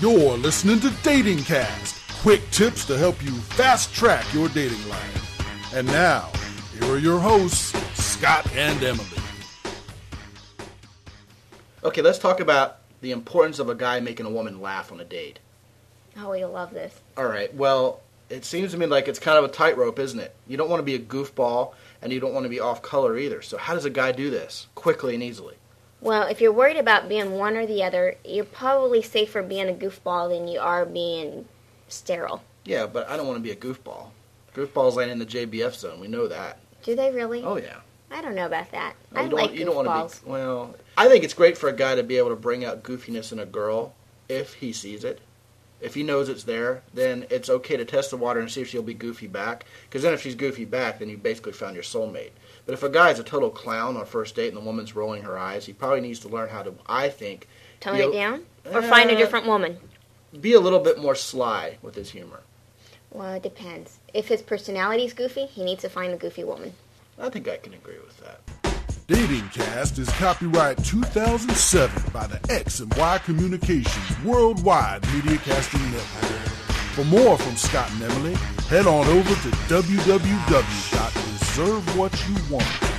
You're listening to Dating Cast. Quick tips to help you fast track your dating life. And now, here are your hosts, Scott and Emily. Okay, let's talk about the importance of a guy making a woman laugh on a date. Oh, we love this. All right. Well, it seems to me like it's kind of a tightrope, isn't it? You don't want to be a goofball and you don't want to be off color either. So how does a guy do this quickly and easily? Well, if you're worried about being one or the other, you're probably safer being a goofball than you are being sterile. Yeah, but I don't want to be a goofball. Goofballs land in the JBF zone. We know that. Do they really? Oh yeah. I don't know about that. No, I you don't, like you don't want goofballs. to be well. I think it's great for a guy to be able to bring out goofiness in a girl if he sees it. If he knows it's there, then it's okay to test the water and see if she'll be goofy back. Because then, if she's goofy back, then you basically found your soulmate. But if a guy's a total clown on a first date and the woman's rolling her eyes, he probably needs to learn how to, I think, Tone be a- it down or find a Uh, different woman. be a little bit more sly with his humor. Well, it depends. If his personality's goofy, he needs to find a goofy woman. I think I can agree with that. Dating Cast is copyright 2007 by the X and Y Communications Worldwide Media Casting Network. For more from Scott and Emily, head on over to www.deservewhatyouwant.com.